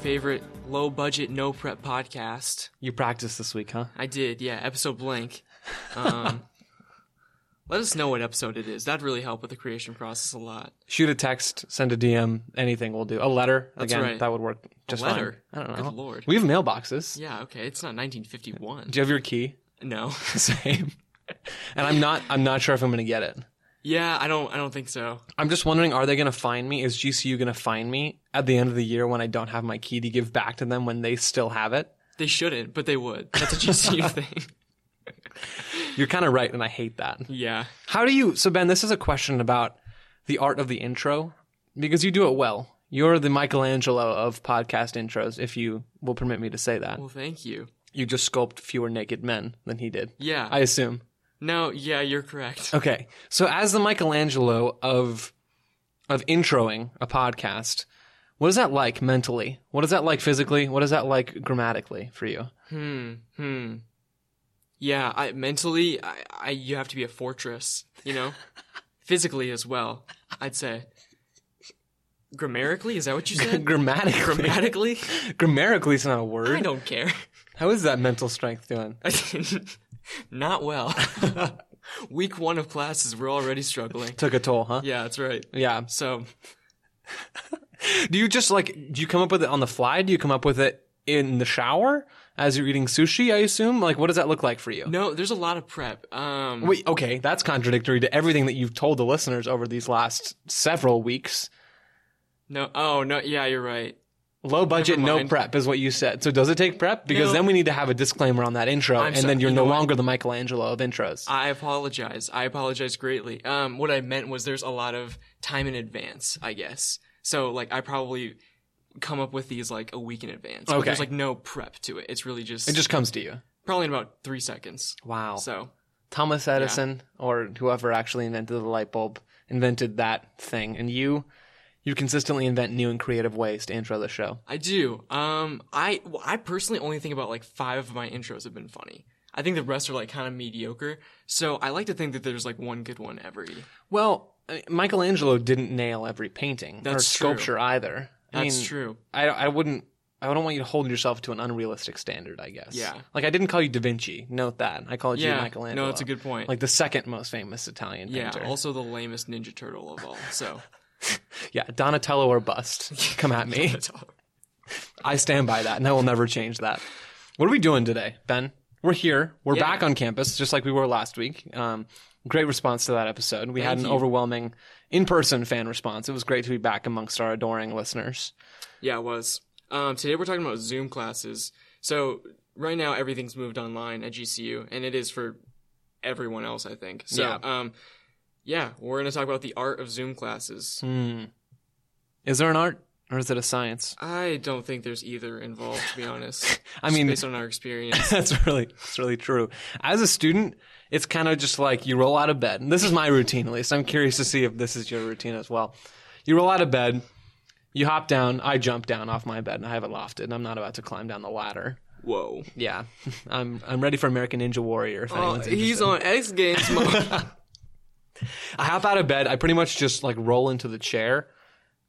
favorite low budget, no prep podcast. You practiced this week, huh? I did, yeah, episode blank. Um, let us know what episode it is. That'd really help with the creation process a lot. Shoot a text, send a DM, anything will do. A letter, That's again, right. that would work just letter? fine. I don't Good know. lord. We have mailboxes. Yeah, okay, it's not 1951. Do you have your key? No. Same. And I'm not. I'm not sure if I'm going to get it. Yeah, I don't. I don't think so. I'm just wondering, are they going to find me? Is GCU going to find me at the end of the year when I don't have my key to give back to them when they still have it? They shouldn't, but they would. That's a GCU thing. You're kind of right, and I hate that. Yeah. How do you? So Ben, this is a question about the art of the intro because you do it well. You're the Michelangelo of podcast intros, if you will permit me to say that. Well, thank you. You just sculpt fewer naked men than he did, Yeah. I assume. no. Yeah, you're correct. Okay. So as the Michelangelo of of introing a podcast, what is that like mentally? What is that like physically? What is that like grammatically for you? Hmm. Hmm. Yeah. I mentally, I, I you have to be a fortress. You know, physically as well. I'd say. Grammatically, is that what you said? grammatically. Grammatically, grammatically is not a I word. don't care. How is that mental strength doing? Not well. Week one of classes, we're already struggling. Took a toll, huh? Yeah, that's right. Yeah. So Do you just like do you come up with it on the fly? Do you come up with it in the shower as you're eating sushi, I assume? Like what does that look like for you? no, there's a lot of prep. Um, Wait, okay, that's contradictory to everything that you've told the listeners over these last several weeks. No. Oh no. Yeah, you're right. Low budget, Never no mind. prep is what you said. So does it take prep? Because No. then we need to have a disclaimer on that intro, I'm and sorry, then you're you no know what? longer the Michelangelo of intros. I apologize. I apologize greatly. Um, what I meant was there's a lot of time in advance, I guess. So like I probably come up with these like a week in advance. But Okay. There's like no prep to it. It's really just, it just Oh. comes to you. probably in about three seconds. Wow. So Thomas Edison or whoever actually invented the light bulb invented that thing, and you, you consistently invent new and creative ways to intro the show. I do. Um, I well, I personally only think about like five of my intros have been funny. I think the rest are like kind of mediocre. So I like to think that there's like one good one every. Well, I- Michelangelo didn't nail every painting or That's true. sculpture either. I That's mean, true. I, I wouldn't. I wouldn't want you to hold yourself to an unrealistic standard. I guess. Yeah. Like I didn't call you Da Vinci. Note that I called you Yeah. Michelangelo. No, that's a good point. like the second most famous Italian yeah. painter. Also the lamest Ninja Turtle of all. So. yeah, Donatello or bust. Come at me. I stand by that, and I will never change that. What are we doing today, Ben? We're here. We're Yeah. back on campus, just like we were last week. Um, great response to that episode. We had an Thank you. overwhelming in-person fan response. It was great to be back amongst our adoring listeners. Yeah, it was. Um, today we're talking about Zoom classes. So right now everything's moved online at GCU, and it is for everyone else, I think. So, Yeah. um, yeah, we're gonna talk about the art of Zoom classes. Hmm. Is there an art, or is it a science? I don't think there's either involved, to be honest. I Just mean, based on our experience. That's really that's really true. As a student, it's kind of just like you roll out of bed. And this is my routine at least. I'm curious to see if this is your routine as well. You roll out of bed, you hop down, I jump down off my bed and I have it lofted and I'm not about to climb down the ladder. Whoa. Yeah. I'm I'm ready for American Ninja Warrior if Oh, anyone's he's interested. on X Games mode. I hop out of bed, I pretty much just like roll into the chair,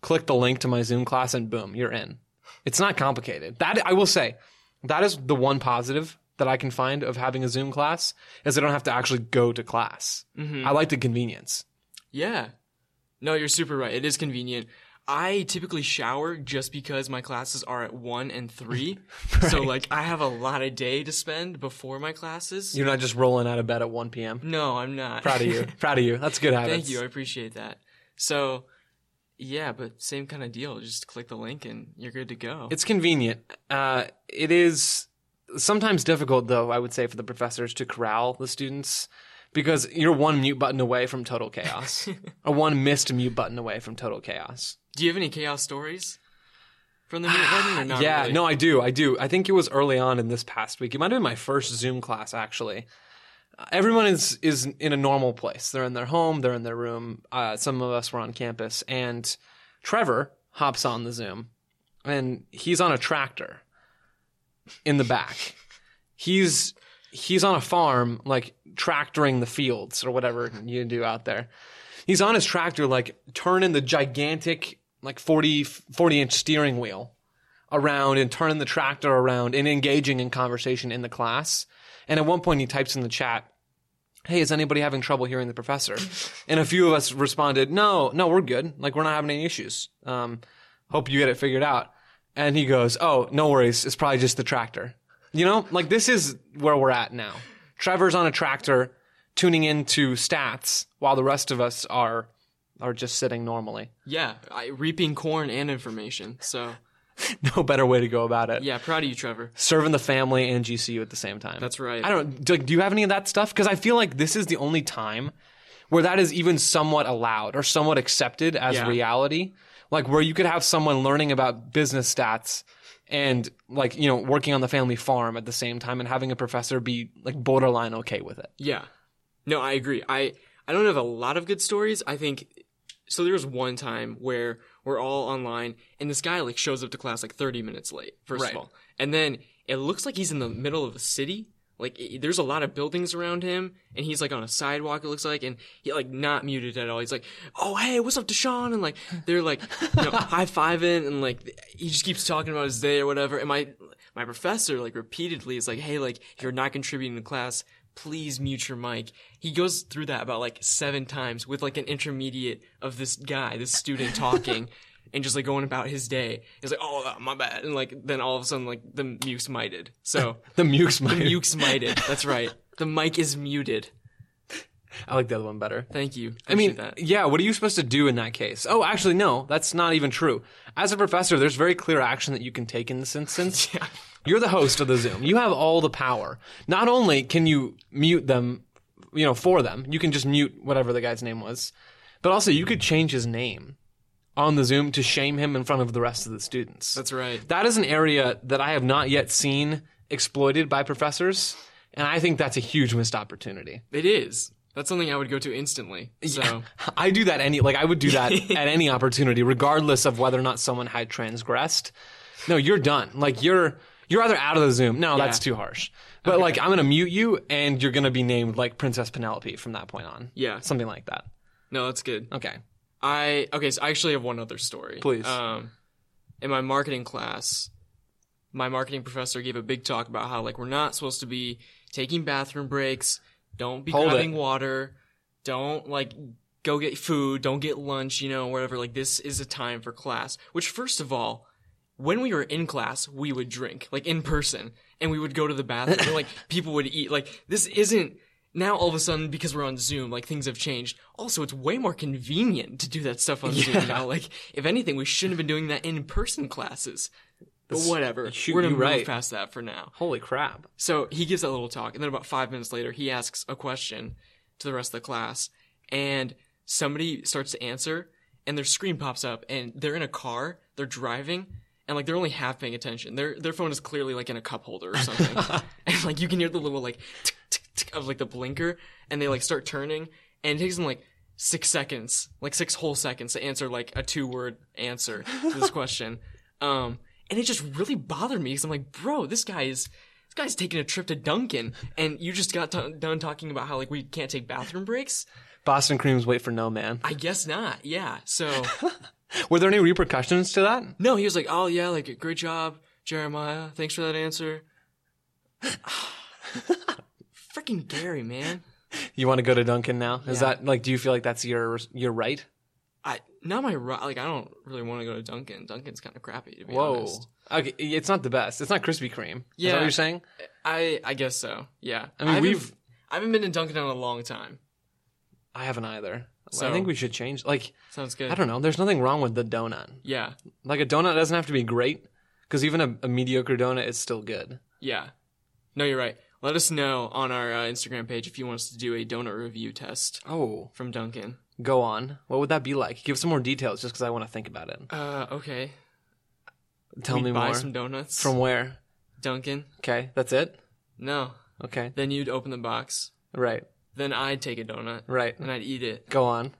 click the link to my Zoom class and boom, you're in. It's not complicated. That I will say, that is the one positive that I can find of having a Zoom class is I don't have to actually go to class. Mhm. I like the convenience. Yeah. No, you're super right. It is convenient. I typically shower just because my classes are at 1 and 3. So, like, I have a lot of day to spend before my classes. You're not just rolling out of bed at 1 p.m. no, I'm not. Proud of you. Proud of you. That's good habits. Thank you. I appreciate that. So, yeah, but same kind of deal. Just click the link and you're good to go. It's convenient. Uh, it is sometimes difficult, though, I would say, for the professors to corral the students because you're one mute button away from total chaos, or one missed mute button away from total chaos. Do you have any chaos stories from the minute wedding or not? yeah, really? no, I do. I do. I think it was early on in this past week. It might have been my first Zoom class, actually. Uh, Everyone is is in a normal place. They're in their home. They're in their room. Uh, some of us were on campus, and Trevor hops on the Zoom, and he's on a tractor in the back. He's he's on a farm, like tractoring the fields or whatever you do out there. He's on his tractor, like turning the gigantic, like 40, 40 inch steering wheel around and turning the tractor around and engaging in conversation in the class. And at one point, he types in the chat, Hey, is anybody having trouble hearing the professor? And a few of us responded, No, no, we're good. Like, we're not having any issues. Um, hope you get it figured out. And he goes, Oh, no worries. It's probably just the tractor. You know, like this is where we're at now. Trevor's on a tractor tuning into stats while the rest of us are are just sitting normally. Yeah, I, reaping corn and information. So No better way to go about it. yeah, proud of you, Trevor. Serving the family and GCU at the same time. That's right. I don't do, do you have any of that stuff cuz I feel like this is the only time where that is even somewhat allowed or somewhat accepted as Yeah. reality. Like where you could have someone learning about business stats and like, you know, working on the family farm at the same time and having a professor be like borderline okay with it. Yeah. No, I agree. I I don't have a lot of good stories. I think so there was one time where we're all online and this guy like shows up to class like 30 minutes late first Right. of all. And then it looks like he's in the middle of a city. Like i there's a lot of buildings around him and he's like on a sidewalk it looks like and he like not muted at all. He's like, "Oh, hey, what's up Deshaun?" and like they're like you know, high-fiving and like he just keeps talking about his day or whatever. And my my professor like repeatedly is like, "Hey, like if you're not contributing to class, please mute your mic. He goes through that about like seven times with like an intermediate of this guy, this student talking and just like going about his day. He's like, oh, uh, my bad. And like, then all of a sudden, like, the mute's mited. So, The mukes might mute's mited. That's right. The mic is muted. I like the other one better. Thank you. I mean, Appreciate that. yeah, what are you supposed to do in that case? Oh, actually, no, that's not even true. As a professor, there's very clear action that you can take in this instance. Yeah. You're the host of the Zoom. You have all the power. Not only can you mute them, you know, for them, you can just mute whatever the guy's name was, but also you could change his name on the Zoom to shame him in front of the rest of the students. That's right. That is an area that I have not yet seen exploited by professors, and I think that's a huge missed opportunity. It is. That's something I would go to instantly. So, I do that any like I would do that at any opportunity, regardless of whether or not someone had transgressed. No, you're done. Like you're you're either out of the Zoom. No, that's too harsh. But like I'm gonna mute you, and you're gonna be named like Princess Penelope from that point on. Yeah. something like that. no, that's good. Okay. I okay, so I actually have one other story. Please. Um, in my marketing class, my marketing professor gave a big talk about how like we're not supposed to be taking bathroom breaks. Don't be Hold it. grabbing water. Don't like go get food. Don't get lunch. You know, whatever. Like this is a time for class. Which, first of all, when we were in class, we would drink like in person, and we would go to the bathroom. and, like people would eat. Like this isn't now all of a sudden because we're on Zoom, like things have changed. Also, it's way more convenient to do that stuff on Zoom now. Like if anything, we shouldn't have been doing that in person classes. But whatever, shoot, we're gonna you're move right. past that for now. Holy crap! So he gives that little talk, and then about five minutes later, he asks a question to the rest of the class, and somebody starts to answer, and their screen pops up, and they're in a car, they're driving, and like they're only half paying attention. Their their phone is clearly like in a cup holder or something, and like you can hear the little like tick tick tick of like the blinker, and they like start turning, and it takes them like six seconds, like six whole seconds to answer like a two word answer to this question. Um, and it just really bothered me because I'm like, bro, this guy is, this guy's taking a trip to Duncan, and you just got t- done talking about how like we can't take bathroom breaks. Boston creams wait for no man. I guess not. Yeah. So Were there any repercussions to that? no, he was like, oh yeah, like great job, Jeremiah. Thanks for that answer. Freaking Gary, man. You want to go to Duncan now? Is Yeah. that like? Do you feel like that's your your right? I not my ri- like I don't really want to go to Duncan. Duncan's kind of crappy to be honest. Okay, it's not the best. It's not Krispy Kreme. Is that Yeah. what you're saying? I I guess so. Yeah. I mean, haven't- we've- I haven't been to Dunkin' in a long time. I haven't either. I So- think we should change. Like, Sounds good. I don't know. There's nothing wrong with the donut. Yeah. Like a donut doesn't have to be great because even a, a mediocre donut is still good. Yeah. No, you're right. Let us know on our uh, Instagram page if you want us to do a donut review test Oh, from Dunkin'. go on. What would that be like? Give some more details, just because I want to think about it. Uh, okay. Tell We'd me buy more. some donuts From where? Dunkin'. Okay, that's it. No. Okay, Then you'd open the box. right, Then I'd take a donut right. and I'd eat it, Go on.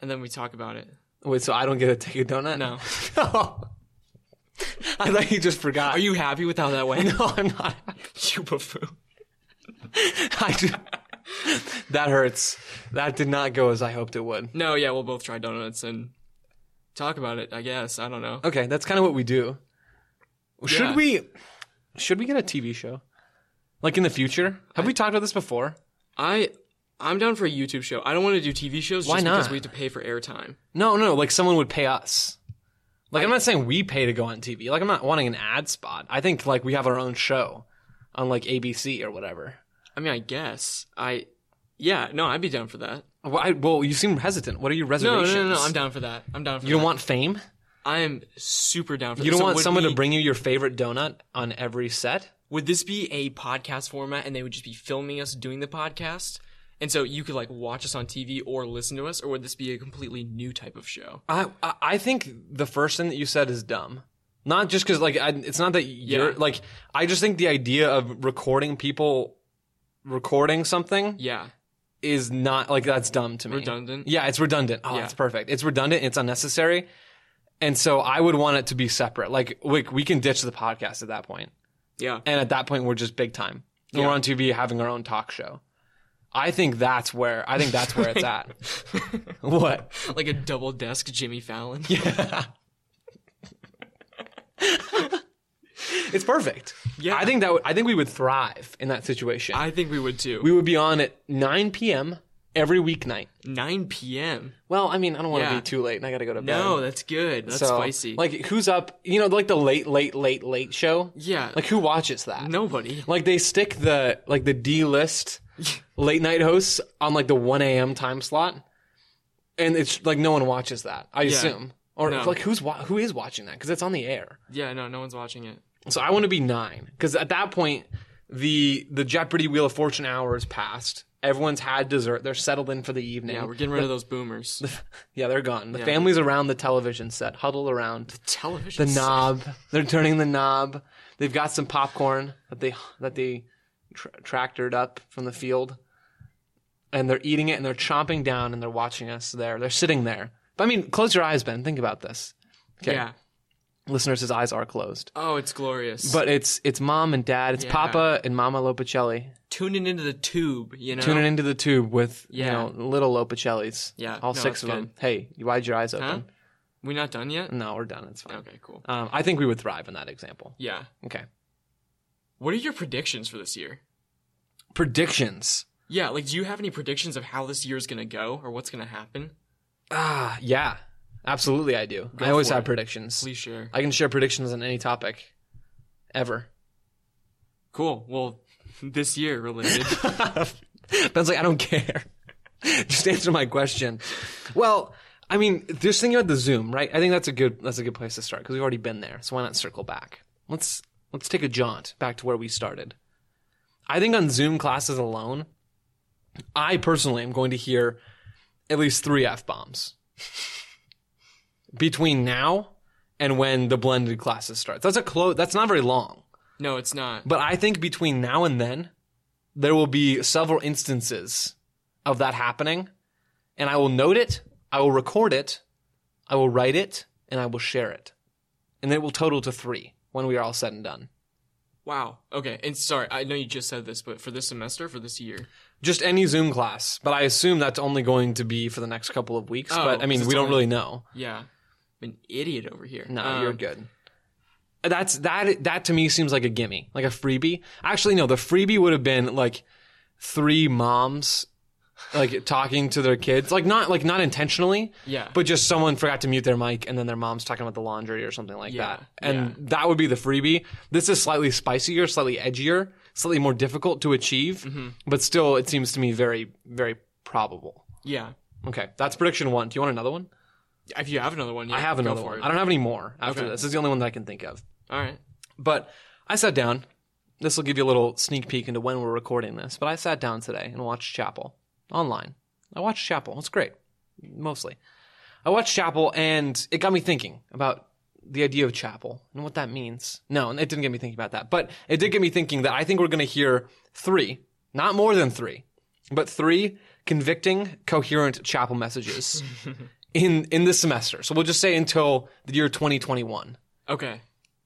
and then we talk about it. Wait, so I don't get to take a donut? No. I thought you just forgot. Are you happy with how that went? No, I'm not. you buffoon. I just- that hurts. That did not go as I hoped it would. No, yeah, we'll both try donuts and talk about it. I guess I don't know. Okay, that's kind of what we do. Should Yeah. we should we get a TV show? Like in the future? Have we talked about this before? I I'm down for a YouTube show. I don't want to do TV shows Why just because not? we have to pay for airtime. No, no, like someone would pay us. Like I, am not saying we pay to go on TV. Like I'm not wanting an ad spot. I think like we have our own show on like ABC or whatever. I mean, I guess I. Yeah, no, I'd be down for that. Well, I, well you seem hesitant. What are your No, reservations? no, no, no, I'm down for that. I'm down for You that. don't want fame? I am super down for that. You don't So want would someone we- to bring you your favorite donut on every set? Would this be a podcast format and they would just be filming us doing the podcast? And so you could like watch us on TV or listen to us, or would this be a completely new type of show? I I- I think the first thing that you said is dumb. Not just because like I, it's not that you're Yeah. like I just think the idea of recording people recording something Yeah, is not like that's dumb to me. redundant. Yeah, it's redundant. Oh, Yeah. that's perfect. It's redundant. It's unnecessary. And so I would want it to be separate. Like we, we can ditch the podcast at that point. Yeah, And at that point we're just big time. And We're Yeah. on TV having our own talk show. I think that's where I think that's where it's at. What? like a double desk Jimmy Fallon. Yeah. it's perfect. Yeah. I think that would, I think we would thrive in that situation. I think we would too. we would be on at 9 p.m. every weeknight. 9 p.m. Well, I mean, I don't want to Yeah. be too late, and I got to go to bed. No, that's good. That's So, spicy. Like who's up? You know, like the late, late, late, late show. yeah, Like who watches that? nobody. Like they stick the like the D list late night hosts on like the 1 a.m. time slot, and it's like no one watches that. I assume. Or No. like who's wa- who is watching that? Because it's on the air. Yeah, no, no one's watching it. So I want to be nine because at that point, the the Jeopardy Wheel of Fortune hour is passed. Everyone's had dessert. They're settled in for the evening. Yeah, we're getting rid of those boomers. Yeah, they're gone. The family's around the television set, huddled around Television. the knob. They're turning the knob. They've got some popcorn that they that they tra- tractored up from the field, and they're eating it and they're chomping down and they're watching us there. They're sitting there. But I mean, close your eyes, Ben. Think about this. Okay, Yeah. listeners, his eyes are closed. Oh, it's glorious. But it's it's mom and dad. It's Yeah. Papa and Mama Lopicelli tuning into the tube, you know. tuning into the tube with Yeah. you know little Lopicelli's. Yeah, all no, six that's of them. Hey, you why'd your eyes open? We not done yet? No, we're done. It's fine. Okay, cool. Um, I think we would thrive in that example. Yeah. Okay, What are your predictions for this year? predictions. Yeah, like do you have any predictions of how this year is going to go or what's going to happen? Ah, yeah, absolutely. I do. Go I always for have it. predictions. Please share. I can share predictions on any topic, ever. Cool. Well, this year related. Ben's like, I don't care. Just answer my question. Well, I mean, just thinking about the Zoom, right? I think that's a good that's a good place to start because we've already been there. So why not circle back? Let's let's take a jaunt back to where we started. I think on Zoom classes alone, I personally am going to hear at least three f bombs between now and when the blended classes starts. That's a close. That's not very long. no, it's not. But I think between now and then, there will be several instances of that happening. And I will note it, I will record it, I will write it, and I will share it. And it will total to three when we are all said and done. Wow. Okay. And sorry, I know you just said this, but for this semester, for this year. Just any Zoom class, but I assume that's only going to be for the next couple of weeks. Oh, but I mean, because we it's don't only- really know. Yeah. I'm an idiot over here. No, Um, you're good. That's that. That to me seems like a gimme, like a freebie. Actually, no, the freebie would have been like three moms, like talking to their kids, like not like not intentionally, Yeah. but just someone forgot to mute their mic, and then their mom's talking about the laundry or something like Yeah, that, and that would be the freebie. This is slightly spicier, slightly edgier, slightly more difficult to achieve, Mm-hmm. but still, it seems to me very, very probable. yeah. Okay, that's prediction one. Do you want another one? If you have another one, yeah, I have go another for one. it. I don't have any more after Okay. this. This is the only one that I can think of. All right. But I sat down. This will give you a little sneak peek into when we're recording this. But I sat down today and watched Chapel online. I watched Chapel. It's great, mostly. I watched Chapel and it got me thinking about the idea of Chapel and what that means. No, it didn't get me thinking about that. But it did get me thinking that I think we're going to hear three, not more than three, but three convicting, coherent Chapel messages in, in this semester. So we'll just say until the year 2021. Okay.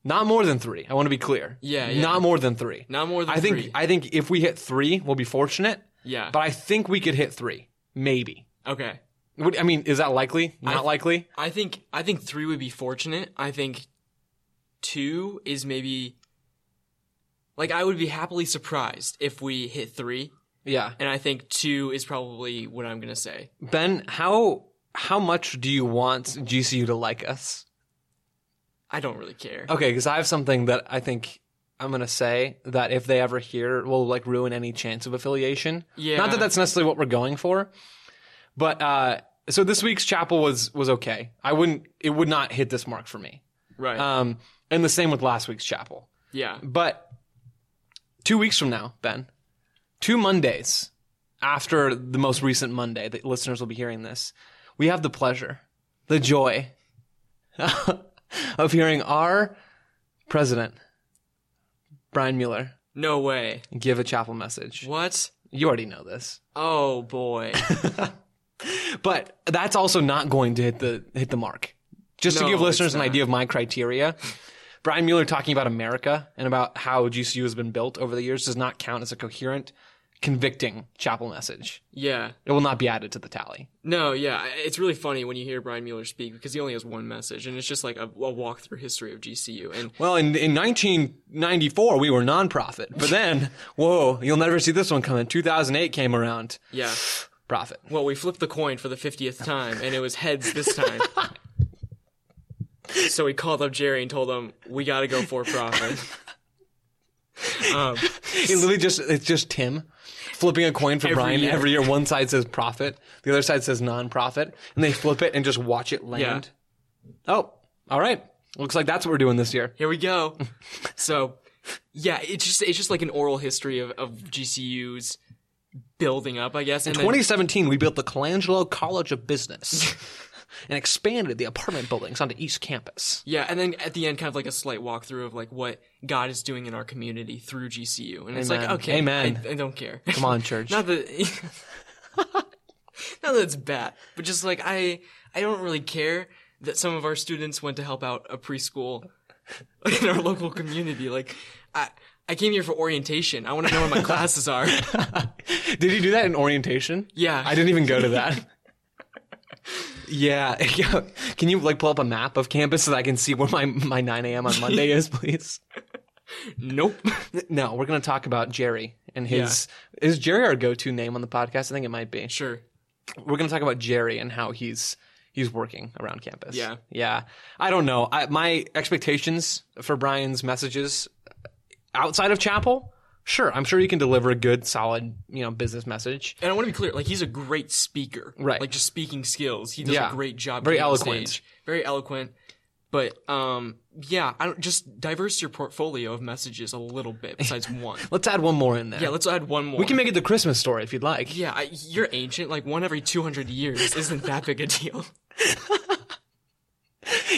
Not more than three. I want to be clear. Yeah, yeah. Not more than three. Not more than I think three. I think if we hit three, we'll be fortunate. Yeah. But I think we could hit three, maybe. okay. What, I mean, is that likely? Not likely. I think I think three would be fortunate. I think two is maybe like I would be happily surprised if we hit three, Yeah. and I think two is probably what I'm gonna say. Ben, how how much do you want GCU to like us? I don't really care. Okay, because I have something that I think I'm gonna say that if they ever hear will like ruin any chance of affiliation. Yeah. Not that that's necessarily what we're going for, but uh, so this week's chapel was was okay. I wouldn't it would not hit this mark for me. right. Um, and the same with last week's chapel. yeah. But two weeks from now, Ben, two Mondays after the most recent Monday that listeners will be hearing this, we have the pleasure, the joy of hearing our president, Brian Mueller, No way. give a chapel message. What? You already know this. Oh boy. But that's also not going to hit the hit the mark. Just No, to give listeners it's an not. idea of my criteria, Brian Mueller talking about America and about how GCU has been built over the years does not count as a coherent, convicting chapel message. yeah. It will not be added to the tally. No, yeah, I- it's really funny when you hear Brian Mueller speak because he only has one message, and it's just like a, a walk through history of GCU. And Well, in, in 1994, we were nonprofit. But then, whoa, you'll never see this one coming. 2008 came around. yeah, Profit. well, we flipped the coin for the fiftieth Oh. time, and it was heads this time. so we called up Jerry and told him we got to go for profit. um, It literally just, it's just Tim flipping a coin for Brian year. every year. One side says profit, the other side says nonprofit. And they flip it and just watch it land. Oh, all right. Looks like that's what we're doing this year. here we go. So, yeah, it's just it's just like an oral history of, of GCU's building up, I guess. And then- 2017, we built the Colangelo College of Business and expanded the apartment buildings onto East Campus. Yeah, and then at the end, kind of like a slight walkthrough of like what God is doing in our community through GCU, and it's like Amen. okay, Amen. I, I don't care. Come on, church. not that, not that it's bad, but just like I, I don't really care that some of our students went to help out a preschool in our local community. Like, I, I came here for orientation. I want to know where my classes are. Did you do that in orientation? Yeah. I didn't even go to that. yeah. yeah. Can you like pull up a map of campus so that I can see where my, my 9 a.m. on Monday is, please? Nope. No, we're going to talk about Jerry and his. Is Jerry our go to name on the podcast? I think it might be. Sure. We're going to talk about Jerry and how he's. He's working around campus. Yeah. yeah. I don't know. I, my expectations for Brian's messages outside of chapel, sure, I'm sure he can deliver a good, solid, you know, business message. And I want to be clear, like he's a great speaker, Right. Like just speaking skills, he does Yeah. a great job. Very getting on eloquent. stage. very eloquent. But um, yeah, I don't just diverse your portfolio of messages a little bit besides one. Let's add one more in there. Yeah, let's add one more. We can make it the Christmas story if you'd like. yeah, I, you're ancient. Like one every two hundred years isn't that big a deal.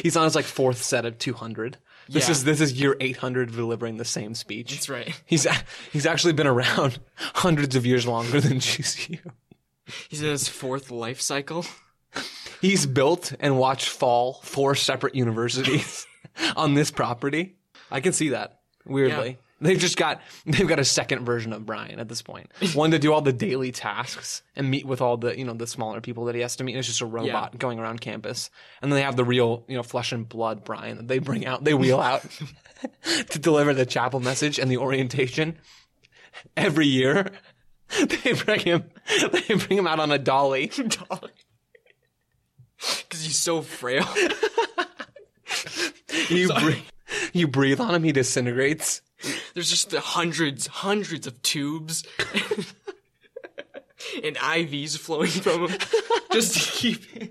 He's on his like fourth set of 200. This Yeah. is this is year 800 of delivering the same speech. That's right. He's a- he's actually been around hundreds of years longer than GCU. He's in his fourth life cycle. He's built and watched fall four separate universities on this property. I can see that. Weirdly. Yeah. They've just got they've got a second version of Brian at this point. One to do all the daily tasks and meet with all the you know the smaller people that he has to meet. And it's just a robot going around campus, and then they have the real you know flesh and blood Brian that they bring out, they wheel out to deliver the chapel message and the orientation every year. They bring him they bring him out on a dolly. Because he's so frail. You breathe, you breathe on him, he disintegrates. There's just the hundreds, hundreds of tubes and IVs flowing from him just to keep him,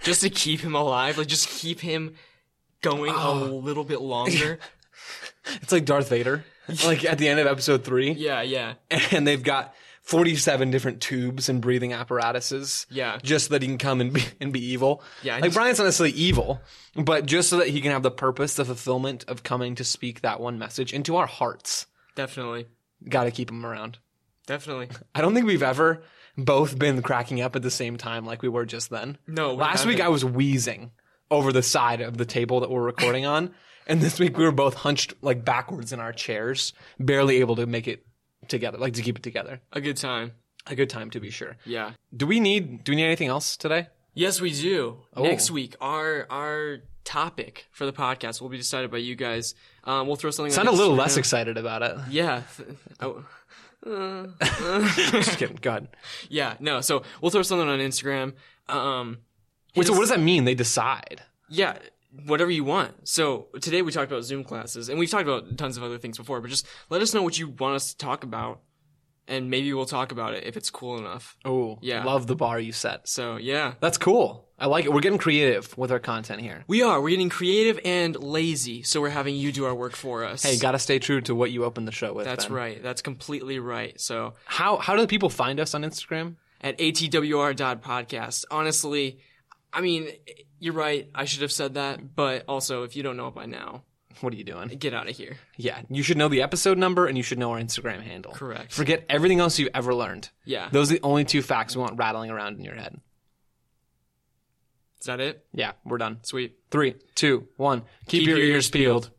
just to keep him alive. Like just keep him going a little bit longer. It's like Darth Vader, like at the end of episode three, Yeah, yeah, and they've got forty-seven different tubes and breathing apparatuses. Yeah. just so that he can come and be and be evil. Yeah, like he's- Brian's not necessarily evil, but just so that he can have the purpose, the fulfillment of coming to speak that one message into our hearts. definitely, Got to keep him around. definitely. I don't think we've ever both been cracking up at the same time like we were just then. No, we Last week haven't. I was wheezing over the side of the table that we're recording on, and this week we were both hunched like backwards in our chairs, barely able to make it together, like to keep it together. a good time. A good time to be sure. Yeah. Do we need do we need anything else today? Yes, we do. Next week, our our topic for the podcast will be decided by you guys. Um, we'll throw something. Sound a like little Instagram. less excited about it. Yeah. th- oh, Just kidding. Go ahead. yeah. No. So we'll throw something on Instagram. Um, Wait, so hit what us- does that mean? They decide. Yeah, whatever you want. So today we talked about Zoom classes, and we've talked about tons of other things before. But just let us know what you want us to talk about, and maybe we'll talk about it if it's cool enough. Oh, Yeah. Love the bar you set. So yeah, That's cool. I like it. We're getting creative with our content here. we are. We're getting creative and lazy, so we're having you do our work for us. Hey, gotta stay true to what you opened the show with. that's Ben. right. That's completely right. So How how do people find us on Instagram? at atwr.podcast. Honestly, I mean, you're right. I should have said that, but also if you don't know it by now, What are you doing? get out of here. Yeah, you should know the episode number and you should know our Instagram handle. Correct. Forget everything else you've ever learned. Yeah. Those are the only two facts we want rattling around in your head. Is that it? Yeah, we're done. Sweet. Three, two, one. Keep, your, ears peeled.